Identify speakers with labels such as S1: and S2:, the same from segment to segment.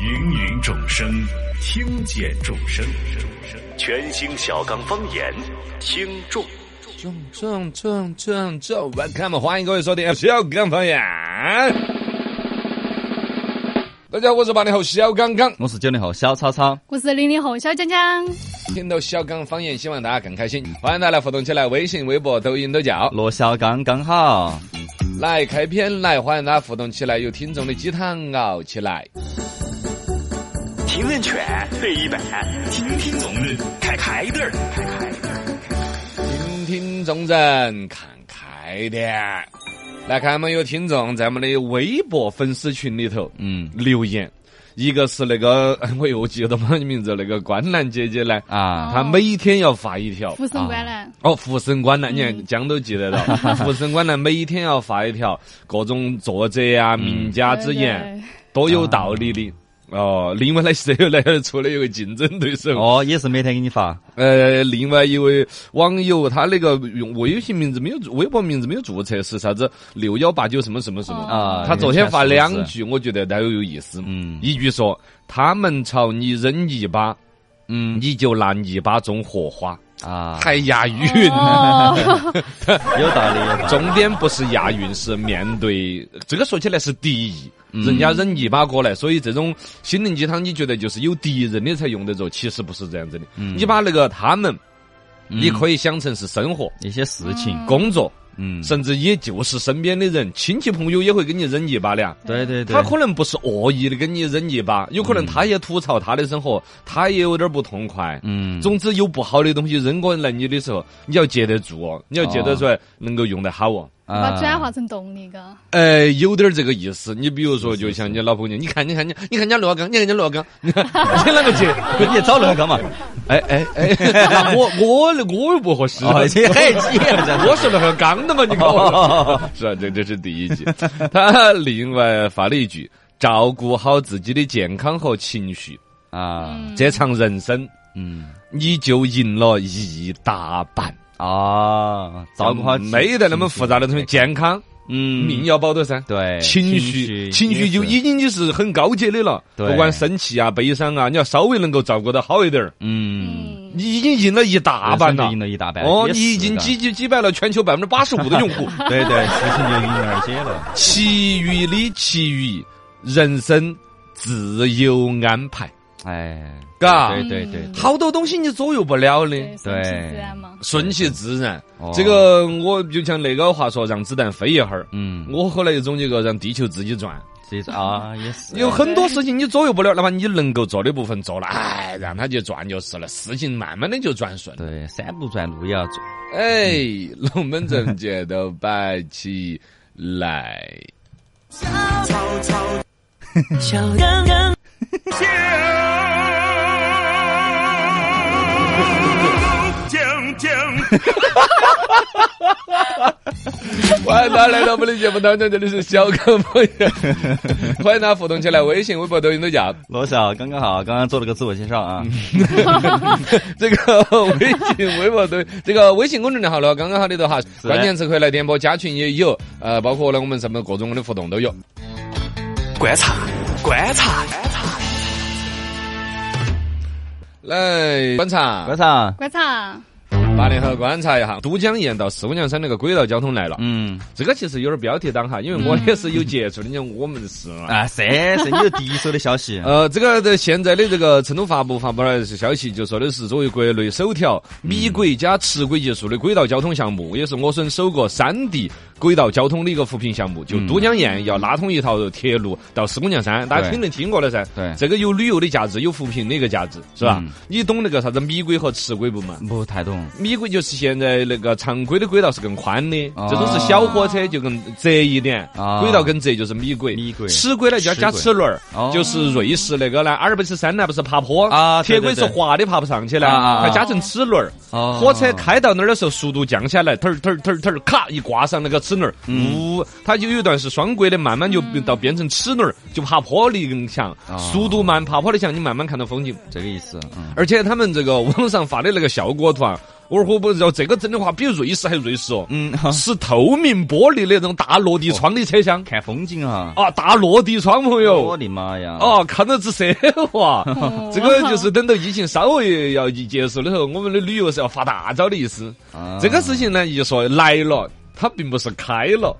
S1: 芸芸众生，听见众生，全新小刚方言，听众。
S2: 正正正正正，Welcome，欢迎各位收听小刚方言。大家好，我是八零后小刚刚。
S3: 我是九零后小超超，
S4: 我是零零后小江江，
S2: 啊听到小刚方言，希望大家更开心。欢迎大家来互动起来，微信、微博、抖音都叫。
S3: 罗小刚刚好。
S2: 来开篇来，欢迎大家互动起来，有听众的鸡汤熬起来。
S1: 提问权对一百，听听总论，开开点儿，开开点儿。
S2: 听听众人看开点儿。来看，我们有听众在我们的微博粉丝群里头，
S3: 嗯
S2: 留言，一个是那个我又记得他的名字，那个观澜姐姐呢，
S3: 啊，
S2: 她每天要发一条。
S4: 福生观澜，
S2: 哦，福生观
S3: 嗯
S2: 澜，你看江都记得 到。福生观澜每天要发一条各种作者
S3: 嗯
S2: 啊、名家之言，多有道理
S3: 啊
S2: 的。哦，另外呢，社友呢除了有个竞争对手，
S3: 哦，也是每天给你发。
S2: 呃，另外一位网友，他那个用微信名字没有注，微博名字没有注册，是啥子六幺八九什么什么什么
S3: 啊
S2: 哦他昨天发两
S3: 人家
S2: 句，我觉得都有意思。
S3: 嗯
S2: 一句说：“他们朝你扔泥巴，
S3: 嗯
S2: 你就拿泥巴种火花。”
S3: 啊，
S2: 太押韵。
S4: 哦，
S3: 有道理，有道理。
S2: 重点不是押韵，是面对这个说起来是敌意，
S3: 嗯
S2: 人家扔泥巴过来，所以这种心灵鸡汤，你觉得就是有敌人的才用得着？其实不是这样子的。
S3: 嗯
S2: 你把那个他们，你可以想成是生活、
S3: 一些事情，
S2: 工作，
S3: 嗯，
S2: 甚至也就是身边的人，亲戚朋友也会给你扔泥巴的啊。
S3: 对对嗯对，
S2: 他可能不是恶意的给你扔泥巴，有可能他也吐槽他的生活，他也有点不痛快。
S3: 嗯，
S2: 总之有不好的东西扔过来你的时候，你要接得住哦，你要接得出来，能够用得好哦。
S4: 把
S3: 啊
S4: 转化成动力嘎，
S2: 呃，有点这个意思。你比如说，就像你老朋友，你看，你看，你看，你看人家罗刚，你看人家罗刚，你看你啷个接？
S3: 你找那个嘛？
S2: 哎哎哎，那我我我又不合 适。
S3: 哦，这还急了，这
S2: 我是那个刚的嘛，你看我，是啊，这这是第一句。他另外发了一句：照顾好自己的健康和情绪，
S3: 啊，
S2: 这场人生
S3: 嗯
S2: 你就赢了一大半。
S3: 啊，照顾好自己，
S2: 没得那么复杂的东西，健康
S3: 嗯，
S2: 命要保得噻。
S3: 对，
S2: 情绪，情绪就
S3: 一，
S2: 已经你是很高阶的了，
S3: 对
S2: 不管生气啊、悲伤啊，你要稍微能够照顾得好一点儿，
S3: 嗯，
S4: 嗯，
S2: 你已经赢了一大
S3: 大
S2: 半
S3: 半
S2: 了
S3: 就赢。了一大半。
S2: 哦，
S3: 也是
S2: 你已经
S3: 的
S2: 击击击败了全球百分之八十五的用 户，
S3: 对对，事情就迎刃而解了。
S2: 其余的其余，人生自有安排。
S3: 哎，
S2: 嘎
S3: 对对对对，
S2: 好多东西你左右不了的，
S4: 对，顺其自然嘛，
S2: 顺其自然
S3: 哦。
S2: 这个我就像那个话说，让子弹飞一会儿。
S3: 嗯，
S2: 我后来又总结个，让地球自己转。
S3: 所以说啊，也是
S2: 有很多事情你左右不了，哪怕你能够做的部分做了，哎，让它去转就是了，事情慢慢的就转顺。
S3: 对，山不转路也要转。
S2: 哎，龙门阵节都摆起来。
S1: 讲讲
S2: 欢迎大家来到我们的节目当中，这里是小刚朋友，欢迎大家互动起来，微信、微博、抖音都讲。
S3: 罗小刚刚好，啊刚刚做了个自我介绍啊，
S2: 嗯这个微信、微博都，这个微信公众号了，刚刚好里头哈，
S3: 是
S2: 关键词可以来点播，加群也有，呃，包括呢我们什么各种的活动都有。
S1: 观察观察观察。
S2: 来观察
S3: 观，察，
S4: 观察，
S2: 八零后观察一下，都江堰到四姑娘山那个轨道交通来了。
S3: 嗯，
S2: 这个其实有点标题党哈，因为我也是有接触的，你看我们是嘛。
S3: 啊，这是你有第一手的消息，
S2: 呃，这个的现在的这个成都发布发布了消息，就说的是作为国内首条
S3: 嗯
S2: 米轨加齿轨结束的轨道交通项目，也是我省首个山地轨道交通的一个扶贫项目。就
S3: 嗯
S2: 都江堰要拉通一条铁路到四姑娘山，大家
S3: 对
S2: 肯定听过了噻。
S3: 对
S2: 这个有旅游的价值，有扶贫的一个价值，是吧
S3: 嗯？
S2: 你懂那个啥子米轨和齿轨不嘛？
S3: 不太懂，
S2: 米轨就是现在那个常规的轨道是更宽的，
S3: 哦
S2: 这种是小火车就更窄一点，
S3: 哦
S2: 轨道更窄就是米轨。
S3: 米轨
S2: 齿轨呢就要加齿轮儿
S3: 哦，
S2: 就是瑞士那个呢，阿尔卑斯山呢不是爬坡
S3: 啊
S2: 铁
S3: 对
S2: 轨
S3: 对
S2: 是滑的爬不上去呢，
S3: 啊啊啊
S2: 它加成齿轮儿。
S3: 哦
S2: 火车开到那儿的时候，速度降下来，腾儿腾儿腾儿腾儿，咔一挂上那个齿轮儿，
S3: 嗯
S2: 呜，它就有一段是双轨的，慢慢就到变成齿轮儿，就爬坡力更强，
S3: 哦
S2: 速度慢，爬坡力强，你慢慢看到风景。
S3: 这个意思，嗯，
S2: 而且他们这个网上发的那个效果图啊，沃尔霍不要这个真的话，比瑞士还瑞士哦，
S3: 嗯，哈
S2: 是透明玻璃那种大落地窗的车厢
S3: 看风景啊，
S2: 啊，大落地窗朋友
S3: 我。的妈呀！，
S2: 哦，看到直奢华，
S4: 哦
S2: 这个就是等到疫情稍微要一结束的时候，我们的旅游是要发大招的意思。
S3: 啊
S2: 这个事，情呢，一说来了，它并不是开了，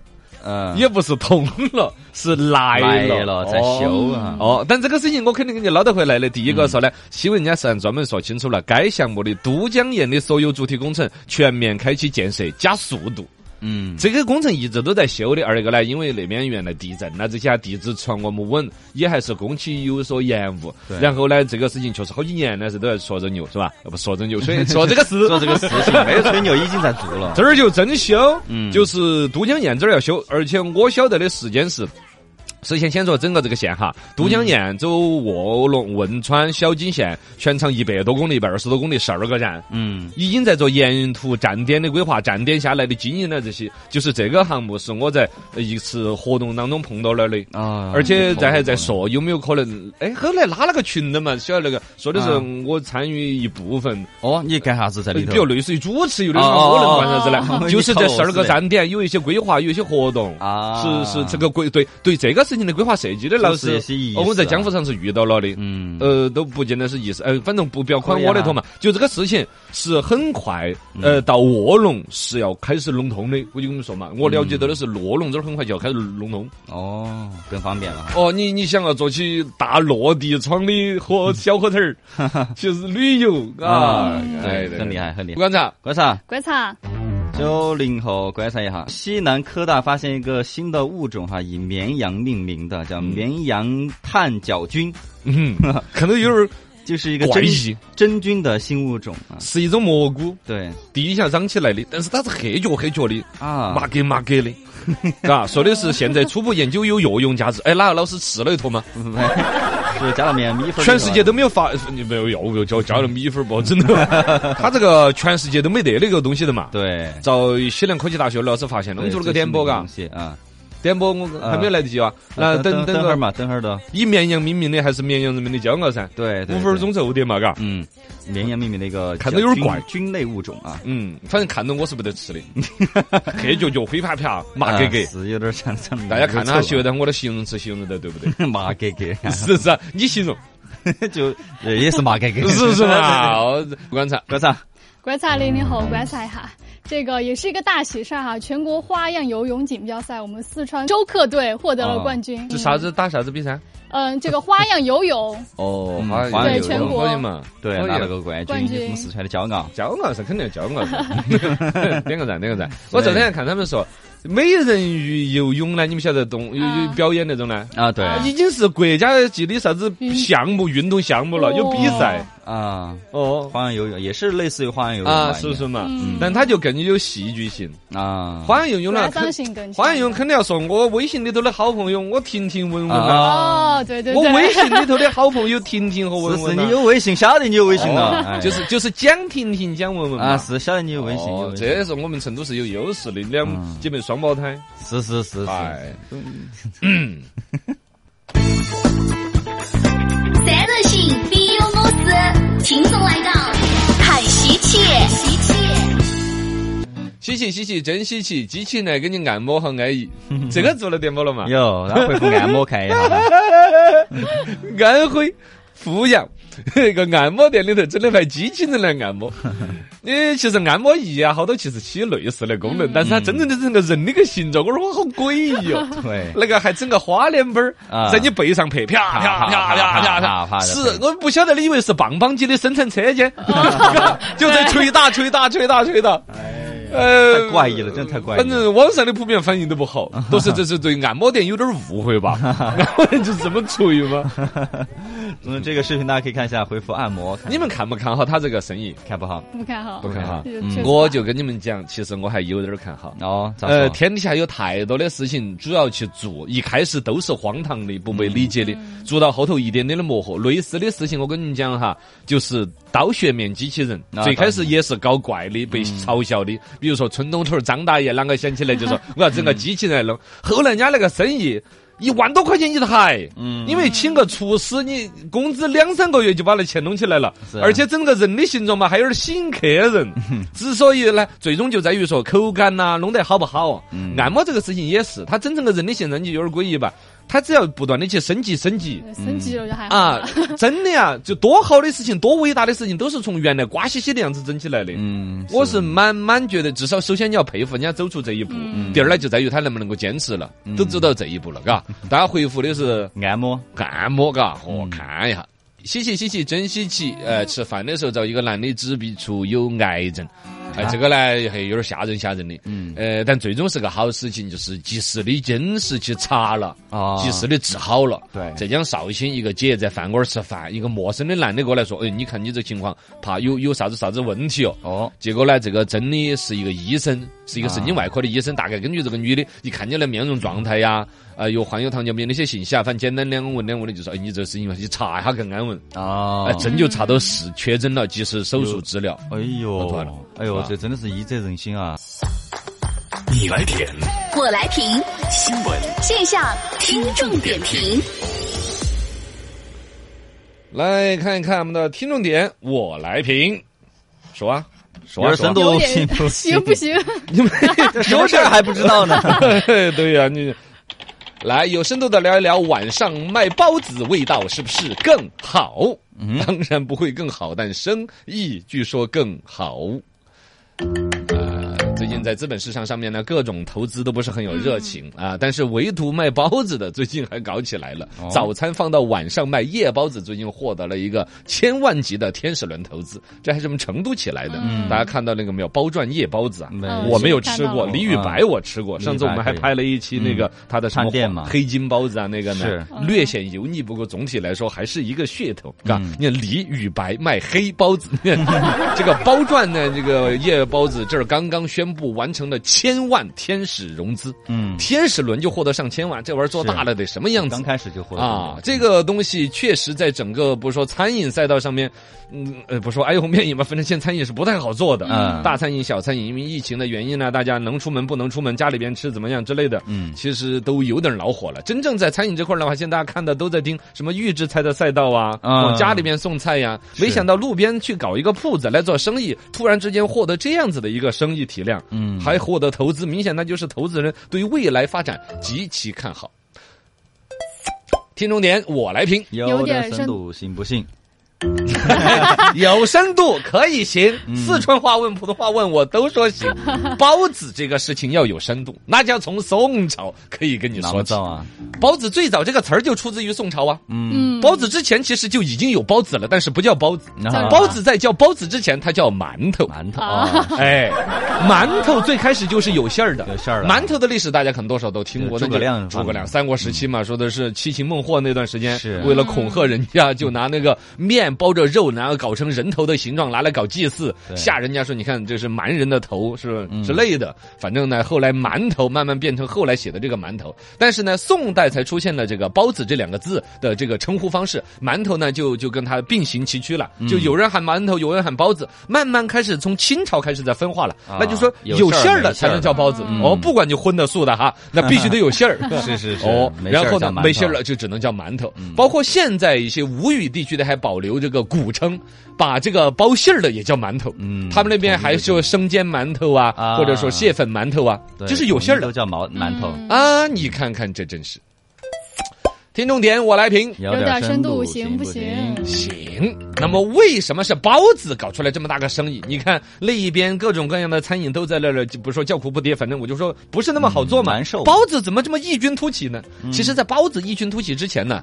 S3: 嗯，
S2: 也不是通了，是来
S3: 来
S2: 了
S3: 了在修啊，
S2: 哦，但这个事情我肯定给你捞得回来的。第一个说呢，
S3: 嗯
S2: 新闻人家是按专门说清楚了，该项目的都江堰的所有主体工程全面开启建设，加速度。
S3: 嗯，
S2: 这个工程一直都在修的。二一个呢，因为那边原来地震啊这些啊地质传我们稳，也还是工期有所延误
S3: 对。
S2: 然后呢，这个事情确实好几年呢是都在说这牛是吧？呃不说这牛，所 以说这个事
S3: 做这个事情没有吹牛，已经在做了。
S2: 这儿就真修，
S3: 嗯
S2: 就是都江堰这儿要修，而且我晓得的时间是。首先，先说整个这个县哈，都江堰走卧龙、汶川、小金县，全长一百多公里，一百二十多公里，十二个站，
S3: 嗯，
S2: 已经在做沿途站点的规划，站点下来的经营了这些，就是这个项目是我在一次活动当中碰到了的。
S3: 啊，
S2: 而且咱还在说有没有可能？哎，后来拉了个群的嘛，晓得那个说的是
S3: 啊
S2: 我参与一部分，
S3: 哦，你干啥子在
S2: 比
S3: 里头？
S2: 如类似于主持，有的时
S3: 哦
S2: 候
S3: 哦
S2: 我能
S3: 哦
S2: 干啥子呢？
S3: 哦
S2: 就是这
S3: 你
S2: 十
S3: 炒
S2: 二
S3: 螺
S2: 个
S3: 丝的
S2: 站点有一些规划，有一些活动
S3: 啊
S2: 是是这个规对对这个事情的规划设计的 老
S3: 就是
S2: 师
S3: 一些意，思
S2: 哦
S3: 啊
S2: 我们在江湖上是遇到了的。
S3: 嗯
S2: 呃，都不见得是意思，呃，反正不表宽
S3: 可以
S2: 我那
S3: 啊嗯
S2: 头嘛。就这个事情是很快，呃，到卧龙是要开始弄通的。我就跟你们说嘛，我了解到的是卧龙这儿很快就要开始弄通。
S3: 哦，更方便了。
S2: 哦，你你想要做起大落地窗的
S3: 嗯
S2: 火小火腿 儿，就是旅游啊，哎
S3: 对，很哦厉。害，很厉
S2: 不
S3: 害。
S2: 管咋，
S3: 观察
S4: 观察，
S3: 九零后，观察一下，西南科大发现一个新的物种哈，以绵羊命名的，叫绵羊炭角菌，
S2: 嗯，看到有点儿
S3: 就是一个
S2: 怪
S3: 真
S2: 异
S3: 真菌的新物种啊。
S2: 是一种蘑菇，
S3: 对
S2: 地下长起来的，但是它是黑脚黑脚的，
S3: 啊，
S2: 麻格麻格的，嘎，说的是现在初步研究有药用价值。哎，哪个老师吃了一坨吗？
S3: 就是加了绵羊米粉，啊
S2: 全世界都没有发，你没有药物叫加了米粉儿不？真的，它这个全世界都没得那个东西的嘛。
S3: 对。
S2: 遭西南科技大学老师发现，弄出了个点播，嘎
S3: 东，西啊，
S2: 点播我还没有来得及啊。那等
S3: 等
S2: 等
S3: 会儿
S2: 个，
S3: 嘛，等会儿的，
S2: 以绵阳命名的还是绵阳人民的骄傲噻，
S3: 对，
S2: 五分，钟走的嘛，嘎。
S3: 嗯，绵羊命名的一个
S2: 看着有点怪
S3: 菌类物种啊，
S2: 嗯，反正看到我是不得吃的， 黑脚脚、灰啪啪、麻格格
S3: 啊。是有点像像
S2: 大家看他学
S3: 的
S2: 的我的形容词形容的对不对？
S3: 麻格 格，
S2: 是不是啊？你形容
S3: 就也也是麻格格，
S2: 是不是 嘛？哦不管啥，
S3: 观察，
S4: 观察零零后，观察一下。这个也是一个大喜事儿哈！全国花样游泳锦标赛，我们四川周克队获得了
S3: 哦
S4: 冠军。
S2: 这啥子打啥子比赛？
S4: 嗯？嗯，这个花样游泳，
S2: 哦
S3: 嗯
S2: 花样
S3: 花
S2: 游
S3: 样
S2: 泳
S3: 游对全
S4: 国
S2: 可以嘛？
S3: 对，
S2: 可以
S3: 拿了个冠
S4: 冠
S3: 军，
S4: 军
S3: 也是我们四川的骄傲，
S2: 骄傲噻，肯定要骄傲噻。点个赞，点个赞。我昨天还看他们说美人鱼游泳呢，你们晓得动有有
S4: 啊
S2: 表演那种呢？
S3: 啊，对
S2: 已经是国家级的啥子
S4: 运
S2: 项目、运动项目
S4: 哦
S2: 了，有比赛
S3: 啊，
S2: 哦
S3: 花样游泳也是类似于花样游泳
S2: 啊，
S3: 吧
S2: 是不是嘛？
S4: 嗯
S2: 但它就更有戏剧性。
S3: 应该啊，
S2: 花样游泳
S4: 抓
S2: 呢，
S4: 伤
S2: 肯
S4: 性更强。
S2: 花样游泳肯定要说，我微信里头的好朋友，我婷婷、文文啊，
S3: 啊，
S4: 哦，对对
S2: 我
S4: 对，
S2: 微信里头的好朋友婷婷和文
S3: 是是，
S2: 文啊
S3: 你有微信，晓得你有微信了，哎
S2: 哦就是就是蒋婷婷、蒋文文嘛
S3: 啊，。是晓得你有微信，有
S2: 哦
S3: 微，信
S2: 这也是我们成都是有优势的，两
S3: 嗯
S2: 姐妹双胞胎。
S3: 是是是是。
S2: 哎，
S5: 三人行必有我师，听众来到看稀奇，稀奇。
S2: 稀奇稀奇，真稀奇！机器来给你按摩和安 逸，这个做了点播了嘛？
S3: 有，然后回复按摩看一 下吧。
S2: 安徽阜阳一 个按摩店里头整了排机器人来按 摩。你其实按摩仪啊，好多其实起类似的功能，但是它真正的整个人的个形状，我说我好诡异哦。
S3: 对，
S2: 那个还整个花脸板儿
S3: 啊
S2: 在你背上拍，啪啪啪啪啪啪啪，
S3: 啪
S2: 是我们不晓得，你以为是棒棒鸡的生产车 间，
S3: 哦
S2: 就在捶打捶打捶打捶打，呃
S3: 太怪异了，真的太怪异
S2: 反
S3: 了。
S2: 正网上的普遍反应都不好， 都是这是对按摩店有点误会吧？按摩店就是这么锤吗？
S3: 嗯，这个视频大家可以看一下，回复按摩，看
S2: 你们看不看好他这个生意？
S3: 看不好。
S4: 不看好
S2: 不，看好。嗯
S4: 就确实
S2: 我就跟你们讲，其实我还有点儿看好。
S3: 哦，咋
S2: 呃，
S3: 说？
S2: 天底下有太多的事情，主要去做，一开始都是荒唐的、不被
S3: 嗯
S2: 理解的，做到后头一点点的磨合。类似的事情，我跟你们讲哈，就是刀削面机器人，
S3: 啊嗯
S2: 最开始也是搞怪的，被嘲笑的。
S3: 嗯
S2: 比如说村东头儿张大爷，啷个想起来就说我要整个机器人来弄，后来人家那个生意。一万多块钱一台，
S3: 嗯
S2: 因为请个厨师，你工资两三个月就把那钱弄起来了
S3: 是，啊
S2: 而且整个人的形状嘛，还有点吸引客人。之所以呢，最终就在于说口感呐、弄得好不好、哦
S3: 嗯
S2: 按摩这个事情也是，它整成个人的形状就有点诡异吧，它只要不断的去升级升级。
S4: 升级了就还好
S2: 啊
S4: 了，
S2: 真的呀，就多好的事情，多伟大的事情，都是从原来瓜兮兮的样子整起来的。
S3: 嗯，
S2: 我是蛮蛮觉得，至少首先你要佩服人家走出这一步，
S3: 嗯
S2: 第二呢就在于他能不能够坚持了，都走到这一步了，嘎。大家回复的是
S3: 按摩，
S2: 按摩，嘎，
S3: 嗯
S2: 我哦看一下。稀奇稀奇，真稀奇！
S3: 哦
S2: 呃，吃饭的时候遭一个男的指鼻出有癌症，哎、这个呢还有点吓人吓人的。
S3: 嗯
S2: 呃，但最终是个好事情，就是及时的监视去查了，
S3: 啊
S2: 及时的治好了。
S3: 对
S2: 浙江绍兴一个姐在饭馆吃饭，一个陌生的男的过来说：“哎，你看你这情况，怕有有啥子啥子问题哦。”
S3: 哦，
S2: 结果呢，这个真的是一个医生，是一个神经外科的医生。大概根据这个女的，你看你的面容状态呀，啊、有患有糖尿病的一些信息啊，反正简单两问两问的就说，哎，你这个事情嘛你查一下更安稳。
S3: 啊
S2: 哎，，真就查到是确诊了，及时手术治疗。
S3: 哎
S2: 搞错
S3: 呦
S2: 了，
S3: 哎
S2: 是
S3: 呦
S2: 吧，
S3: 这真的是医者仁 心啊！
S1: 你来点
S5: 我来评，
S1: 新闻。
S5: 线下听众点评。
S2: 来看一看我们的听众点，我来评，说啊，说
S3: 有
S2: 啊，
S3: 点深
S2: 说啊
S3: 度
S4: 有
S3: 行
S4: 点
S3: 不 行
S4: 行不行？
S2: 你们
S3: 有点还不知道呢。
S2: 对呀、你来有深度的聊一聊晚上卖包子味道是不是更好？当然不会更好，但生意据说更好。呃，最近在资本市场上面呢，各种投资都不是很有热情啊、但是唯独卖包子的最近还搞起来了。
S3: 哦
S2: 早餐放到晚上卖夜包子，最近获得了一个千万级的天使轮投资，这还是我们成都起来的。
S4: 嗯
S2: 大家看到那个没有包赚夜包子啊？
S3: 没
S4: 嗯
S2: 我没有
S4: 是看
S2: 吃
S4: 到
S2: 过，
S4: 了
S2: 李宇白我吃过。
S3: 嗯
S2: 上次我们还拍了一期那个他的什
S3: 探嗯店
S2: 么
S3: 嘛
S2: 黑金包子啊，那个呢
S3: 是
S4: 嗯
S2: 略显油腻，不过总体来说还是一个噱头，嘎
S3: 嗯。
S2: 你看李宇白卖黑包子， 这个包赚呢，这个夜包子这儿刚刚宣布完成了千万天使融资，
S3: 嗯，
S2: 天使轮就获得上千万，这玩意儿做大了得什么样子
S3: 刚？开始就获得
S2: 啊，这个东西确实在整个不是说餐饮赛道上面，嗯呃，不说哀鸿遍野吧，反正现在餐饮是不太好做的。
S3: 嗯
S2: 大餐饮、小餐饮，因为疫情的原因呢，啊大家能出门不能出门，家里边吃怎么样之类的，
S3: 嗯
S2: 其实都有点恼火了。真正在餐饮这块儿的话，现在大家看的都在盯什么预制菜的赛道啊，
S3: 嗯
S2: 往家里边送菜呀、没想到路边去搞一个铺子来做生意，突然之间获得这样子的一个生意体量，
S3: 嗯
S2: 还获得投资，明显那就是投资人对未来发展极其看好。听众点，我来评，
S3: 有点深度行不行？
S2: 有深度可以行，四川话问、普通话问我都说行。包子这个事情要有深度，那就要从宋朝可以跟你
S3: 拿
S2: 说
S3: 不
S2: 起
S3: 到。啊，
S2: 包子最早这个词儿就出自于宋朝啊，
S3: 嗯，
S4: 嗯，
S2: 包子之前其实就已经有包子了，但是不叫包子。
S3: 然后
S2: 包子在叫包子之前，它叫馒头。
S3: 馒头
S4: 啊
S3: 啊，
S2: 哎，馒头最开始就是有馅儿的，
S3: 有馅儿的
S2: 馒头的历史大家可能多少都听过，
S3: 就是诸葛亮
S2: 那就
S3: 发
S2: 诸葛
S3: 明
S2: 亮
S3: 的
S2: 三国时期嘛，说的是七擒孟获那段时间，
S3: 是
S2: 为了恐吓人家，就拿那个面包着肉，然后搞成人头的形状，拿来搞祭祀，
S3: 对嗯
S2: 吓人家说你看这是蛮人的头，是吧之类的。反正呢，后来馒头慢慢变成后来写的这个馒头，但是呢，宋代才出现了这个包子这两个字的这个称呼方式，馒头呢就就跟它并行其驱了，
S3: 嗯
S2: 就有人喊馒头，有人喊包子，慢慢开始从清朝开始在分化了。
S3: 啊
S2: 那就说
S3: 有
S2: 有
S3: 馅儿
S2: 馅儿的
S3: 没
S2: 才
S3: 馅儿
S2: 能
S3: 的
S2: 叫包子、
S3: 嗯
S2: 哦，不管你荤的素的哈，那必须 得有馅儿。
S3: 是是是
S2: 哦，
S3: 没馅儿
S2: 然后呢
S3: 叫馒，头嗯
S2: 没馅儿了就只能叫馒头。包括现在一些吴语地区的还保留这个古称，把这个包馅儿的也叫馒头。
S3: 嗯
S2: 他们那边还说生煎馒头啊，
S3: 啊
S2: 或者说蟹粉馒头啊，
S3: 对
S2: 就是有馅儿
S3: 统
S2: 的
S3: 一都叫毛馒头，
S4: 嗯
S2: 啊。你看看，这真是。听众点，我来评。
S3: 有
S4: 有点
S3: 深
S4: 深度
S3: 行
S4: 行不行？
S2: 行，那么为什么是包子搞出来这么大个生意？你看那一边各种各样的餐饮都在那儿，就不是说叫苦不迭，反正我就说不是那么好做嘛。
S3: 嗯难受
S2: 包子怎么这么异军突起呢？
S3: 嗯
S2: 其实，在包子异军突起之前呢，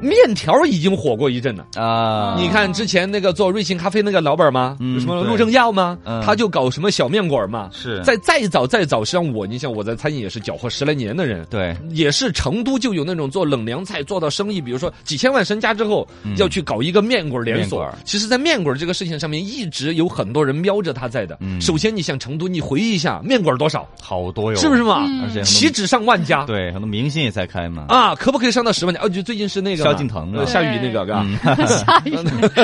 S2: 面条已经火过一阵了。
S3: 啊，
S2: 你看之前那个做瑞幸咖啡那个老板吗？
S3: 嗯
S2: 什么
S3: 对
S2: 陆正耀吗？
S3: 嗯
S2: 他就搞什么小面馆嘛。
S3: 是
S2: 再再早再早，实际上我，你想我在餐饮也是搅和十来年的人，
S3: 对，
S2: 也是成都就有那种做冷凉菜做到生意，比如说几千万身家之后，要去搞一个面馆连
S3: 嗯面
S2: 锁
S3: 馆。
S2: 其实，在面馆这个事情上面，一直有很多人瞄着他在的。
S3: 嗯
S2: 首先，你想成都，你回忆一下面馆多少，
S3: 好多哟，
S2: 是不是？嘛？
S4: 嗯
S3: 而且很多
S2: 岂止上万家？
S3: 对，很多明星也在开嘛，
S2: 啊啊，可不可以上到十万家？哦，就最近是那个
S3: 萧敬腾啊
S2: 呃，夏雨那个，嘎。
S4: 下雨，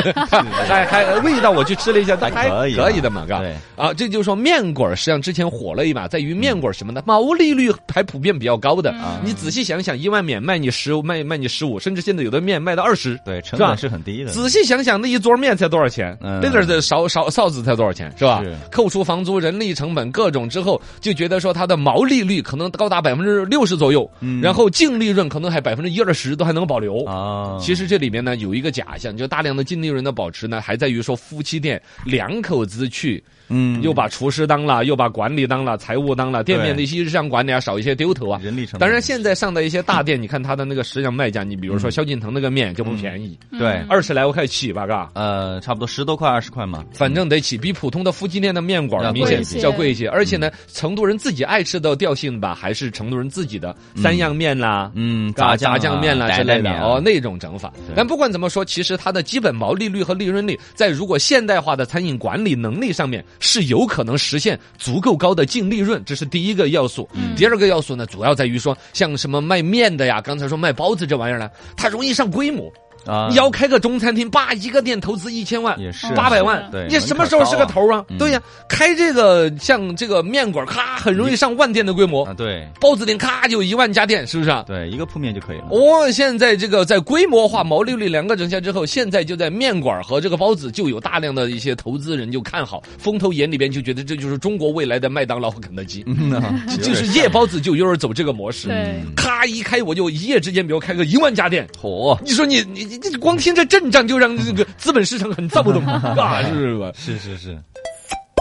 S2: 还还哎味道我去吃了一下，它还
S3: 还可以啊
S2: 可以的嘛，嘎
S3: 对。
S2: 啊，这就是说面馆儿实际上之前火了一把，在于面馆儿什
S3: 嗯
S2: 么呢？毛利率还普遍比较高的。你仔细想想，一碗面卖你十五，卖卖你十五，甚至现在有的面卖到二十，
S3: 对，成
S2: 是吧
S3: 本是很低的。
S2: 仔细想想，那一桌面才多少钱？
S3: 嗯
S2: 那点儿的勺勺臊子才多少钱？是吧
S3: 是？
S2: 扣除房租、人力成本各种之后，就觉得说它的毛利率可能高达百分之六十左右，
S3: 嗯
S2: 然后净利润可能还百分之一二十都还能保留。
S3: 啊，
S2: 其实这里面呢有一个假象，就大量的净利润的保持呢，还在于说夫妻店两口子去，
S3: 嗯，
S2: 又把厨师当了，又把管理当了，财务当了，店面的一些日常管理啊，少一些丢头啊。
S3: 人力成本
S2: 当然，现在上的一些大店，你看它的那个实际上卖价，你比如说萧敬腾那个面就不便宜，
S4: 嗯
S3: 对，
S2: 二十来块起吧，嘎。
S3: 呃，差不多十多块二十块嘛。
S2: 嗯反正得起，比普通的夫妻店的面馆儿
S3: 要
S2: 明
S4: 贵
S2: 显
S4: 一些
S2: 要贵一些。而且呢，成都人自己爱吃的调性吧，还是成都人自己的三样面啦，
S3: 嗯
S2: 炸
S3: 炸酱啊
S2: 炸酱面啦
S3: 宅
S2: 之
S3: 宅
S2: 类的
S3: 面啊
S2: 哦，那种整法
S3: 对。
S2: 但不管怎么说，其实它的基本毛利率和利润率，在如果现代化的餐饮管理能力上面，是有可能实现足够高的净利润，这是第一个要素。第二个要素呢，主要在于说，像什么卖面的呀，刚才说卖包子这玩意儿呢，它容易上规模。
S3: 啊，
S2: 你要开个中餐厅，叭一个店投资一千万，
S3: 也是啊
S2: 八百万，
S3: 对
S2: 你什么时候是个头啊？
S3: 嗯
S2: 对呀、开这个像这个面馆，咔，很容易上万店的规模
S3: 啊，；对
S2: 包子店，咔就一万家店，是不是啊？
S3: 对，一个铺面就可以了。
S2: 哦，现在这个在规模化、毛利率两个整下之后，现在就在面馆和这个包子就有大量的一些投资人就看好，风投眼里边就觉得这就是中国未来的麦当劳和肯德基，
S3: 嗯呐
S2: 这 就是夜包子就有点走这个模式。
S4: 对，
S2: 咔一开，我就一夜之间，比如开个一万家店，
S3: 火，
S2: 你说你你你这光听这阵仗就让这个资本市场很躁动啊，是吧？
S3: 是是是，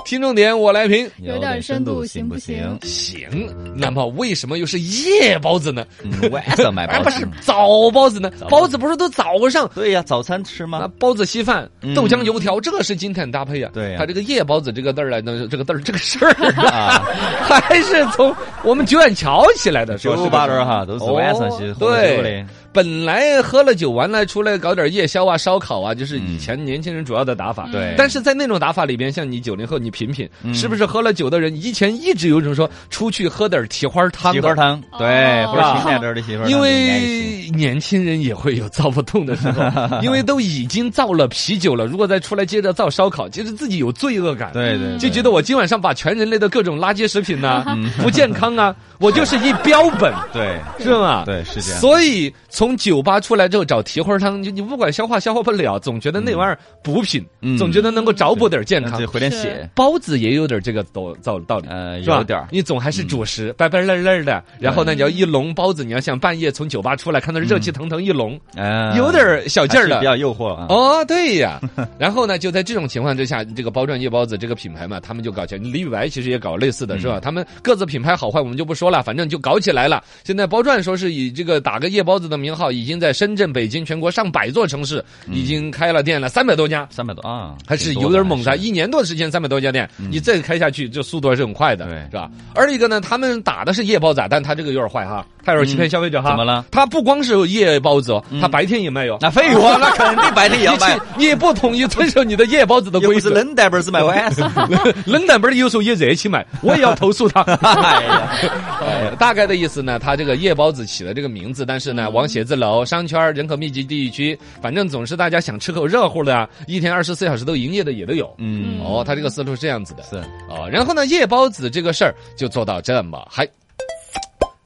S2: 听重点，我来评。
S4: 有点深度行不行
S2: 行，那么为什么又是夜包子呢？
S3: 嗯晚上 买
S2: 而
S3: 包
S2: 哎不
S3: 子
S2: 是。早包子呢？
S3: 早
S2: 包
S3: 包子
S2: 子不是都早上？
S3: 对呀，早餐吃
S2: 啊
S3: 吗？，
S2: 包子稀饭、
S3: 嗯
S2: 豆浆、油条，这个是经典搭配呀。
S3: 对呀
S2: 它这个夜包子这个字儿来呢，这个字儿这个事儿啊，
S3: 啊
S2: 还是从我们九眼桥起来的，说
S3: 九
S2: 是
S3: 五
S2: 吧
S3: 八啊轮哈，都是晚上去
S2: 哦
S3: 喝酒
S2: 对
S3: 的。
S2: 本来喝了酒完了出来搞点夜宵啊、烧烤啊，就是以前年轻人主要的打法。
S3: 嗯对嗯
S2: 但是在那种打法里边，像你九零后，你品品，是不是喝了酒的人以前一直有一种说出去喝点蹄花汤
S3: 蹄
S2: 的
S3: 花汤，对，
S4: 哦
S3: 或者芹菜汁儿的蹄花汤，
S2: 因
S3: 应该也行
S2: 为年轻人也会有造不动的时 候，因为都已经造了啤酒了，如果再出来接着造烧烤，其实自己有罪恶感。。
S3: 对对，
S2: 就觉
S3: 得
S2: 得我今晚上把全人类的各种垃圾食品呐、 不健康啊， 我就是一标本，
S3: 嗯对
S2: 是吗？
S3: 对是这样
S2: 所以从酒吧出来之后找蹄花汤，你你不管消化消化不了，总觉得那玩意儿补品，
S3: 嗯
S2: 总觉得能够找补点健
S3: 那
S2: 康
S3: 就。回点
S4: 是
S3: 血，
S2: 包子也有点这个道道道理，
S3: 呃，
S2: 是吧
S3: 有点儿嗯
S2: 你总还是主食，白白嫩嫩的，然后呢，你要一笼包子，你要想半夜从酒吧出来，看到热气腾腾一笼，
S3: 呃
S2: 有点儿小劲儿
S3: 还是
S2: 了
S3: 比。较诱惑啊。
S2: 哦，对呀， 然后呢，就在这种情况之下，这个包赚夜包子这个品牌嘛，他们就搞起来。李宇白其实也搞类似
S3: 嗯
S2: 的是吧？他们各自品牌好坏我们就不说了，反正就搞起来了。现在包赚说是以这个打个夜包子的名号，已经在深圳、北京、全国上百座城市
S3: 嗯
S2: 已经开了店了，三百多家。
S3: 三百多啊，
S2: 还是
S3: 挺多
S2: 有点
S3: 的
S2: 猛的，
S3: 还是嗯
S2: 一年多的时间，三百多家店，你再开下去，这速度还是很快的，
S3: 对
S2: 是吧？二一个呢，他们打的是夜包子啊，但他这个有点坏哈，他有点欺骗消费者哈。
S3: 嗯怎么了？
S2: 他不光是夜包子哦，他白天也卖哟。
S3: 那废话，那肯定白天也要
S2: 你
S3: 卖
S2: 去，，你不统一遵守你的夜包子的
S3: 又
S2: 规
S3: 不是
S2: 则，
S3: 冷淡，不是卖晚上。
S2: 冷淡本儿有时候也热起 卖，我也要投诉他。
S3: 哎呀，嗯
S2: 呃大概的意思呢，他这个夜包子起了这个名字，但是呢，往写字楼、商圈、人口密集地区，反正总是大家想吃口热乎的啊，一天二十四小时都营业的也都有。
S3: 嗯，
S2: 哦，他这个思路是这样子的。
S3: 是
S2: 哦，然后呢，夜包子这个事儿就做到这么嗨。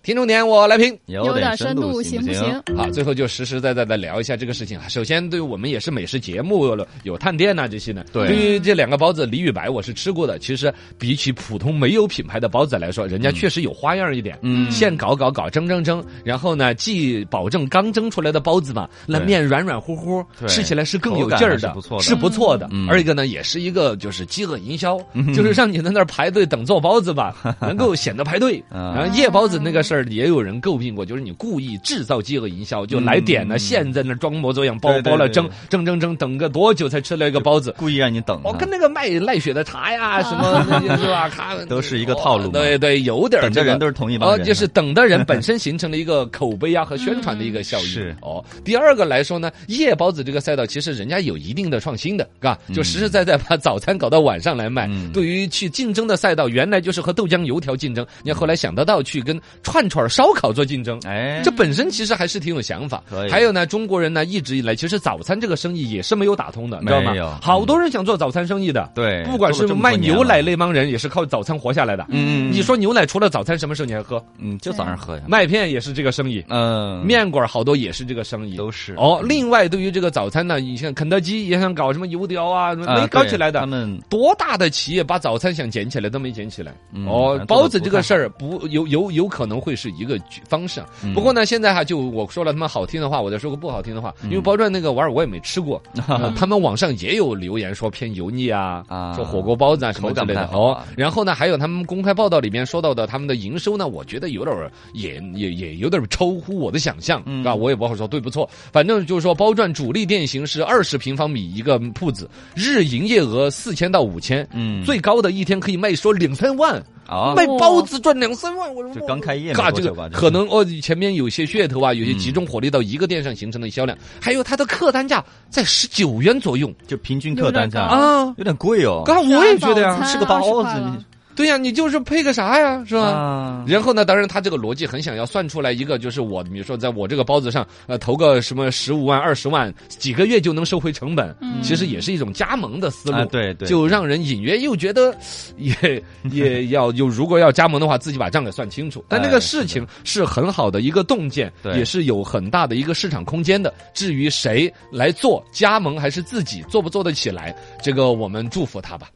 S2: 听重点，我来评。
S4: 有点
S3: 深
S4: 深度行
S3: 不
S4: 不行？？
S2: 好，最后就实实在在的聊一下这个事情啊。首先，对于我们也是美食节目有了有探店呐、这些呢，
S3: 对
S2: 于这两个包子，李宇白我是吃过的。其实比起普通没有品牌的包子来说，人家确实有花样一点。
S3: 嗯
S2: 现搞搞搞，蒸蒸蒸，然后呢，既保证刚蒸出来的包子嘛，那
S3: 对
S2: 面软软乎乎，
S3: 对
S2: 吃起来是更有
S3: 口感
S2: 劲儿
S3: 还是
S2: 的，
S3: 不错的
S2: 是不错的
S3: 嗯。
S2: 二一个呢，也是一个就是饥饿营销，就是让你在那儿排队等做包子 吧，能够显得排队。
S3: 啊
S2: 然后夜包子那个事儿也有人诟病过，就是你故意制造饥饿营销，就来点了，现在那装模作样包
S3: 嗯对对
S2: 包了
S3: 对
S2: 蒸蒸蒸蒸，等个多久才吃了一个包子？
S3: 故意让你等啊，
S2: 我跟那个卖赖血的茶呀，什么那些是吧？咖
S3: 都是一个套路嘛
S2: 对对，有点儿
S3: 等
S2: 这
S3: 的
S2: 个
S3: 人都是同一帮
S2: 哦，
S3: 人，啊
S2: 就是等的人本身形成了一个口碑啊和宣传的一个效应。
S3: 是
S2: 哦。第二个来说呢，夜包子这个赛道其实人家有一定的创新的，嘎，就实实在在把早餐搞到晚上来卖。
S3: 嗯
S2: 对于去竞争的赛道，原来就是和豆浆油条竞争，你看后来想得到去跟串串儿烧烤做竞争。
S3: 哎，
S2: 这本身其实还是挺有想法
S3: 可以，
S2: 还有呢，中国人呢一直以来，其实早餐这个生意也是没有打通的，你知道
S3: 没有
S2: 吗？好多人想做早餐生意的，
S3: 对
S2: 不管
S3: 做
S2: 是
S3: 了这么多
S2: 卖
S3: 年
S2: 牛奶
S3: 了
S2: 那帮人，也是靠早餐活下来的。
S3: 嗯
S2: 你说牛奶除了早餐，什么时候你还喝？
S3: 嗯，就早上喝呀，
S2: 麦片也是这个生意，
S3: 嗯，
S2: 面馆儿好多也是这个生意，
S3: 都是
S2: 哦，另外，对于这个早餐呢，你像肯德基也想搞什么油条啊，什么
S3: 啊
S2: 没搞
S3: 对
S2: 起来的。
S3: 他们
S2: 多大的企业把早餐想捡起来都没捡起来？
S3: 嗯
S2: 哦
S3: 反正，做得
S2: 包子
S3: 不
S2: 这个
S3: 太
S2: 事儿不有有有可能会是一个举方向
S3: 嗯。
S2: 不过呢，现在哈就我说了他们好听的话，我再说个不好听的话，
S3: 嗯
S2: 因为包赚那个玩意儿我也没吃 过，呃他们网上也有留言说偏油腻啊
S3: 啊，
S2: 说火锅包子啊什么
S3: 口
S2: 之
S3: 感
S2: 类的
S3: 不太好
S2: 哦
S3: 啊。
S2: 然后呢，还有他们公开报道里面说到的他们的营收呢，我觉得有点儿也也也有点儿超乎我的想象
S3: 嗯
S2: 啊，我也不好说对不错，反正就是说，包赚主力店型是二十平方米一个铺子，日营业额四千到五千，
S3: 嗯
S2: 最高的一天可以卖说两三万，
S3: 啊，
S2: 卖包子赚两三万，我
S3: 这刚开业
S2: 嘎，
S3: 没
S2: 这
S3: 多
S2: 个
S3: 久吧，嗯这
S2: 可能哦，前面有些噱头啊，有些集中火力到一个店上形成的销量，还有它的客单价在十九元左右
S3: 就平均客单价
S4: 有点高
S2: 啊。
S3: 有点贵哦，
S2: 刚我也觉得呀、
S4: 早餐
S3: 吃个包
S4: 20块
S3: 子
S4: 了
S3: 你
S2: 对呀、你就是配个啥呀，是吧？
S3: 啊，
S2: 然后呢，当然他这个逻辑很想要算出来一个，就是我比如说在我这个包子上，呃，投个什么十五万、二十万，几个月就能收回成本，
S4: 嗯
S2: 其实也是一种加盟的思路。
S3: 啊对对
S2: 就让人隐约又觉得， 也也要有如果要加盟的话，自己把账给算清楚。但这
S3: 哎
S2: 个事情是很好的一个洞见，
S3: 对
S2: 也是有很大的一个市场空间的。至于谁来做加盟还是自己做不做得起来，这个我们祝福他吧。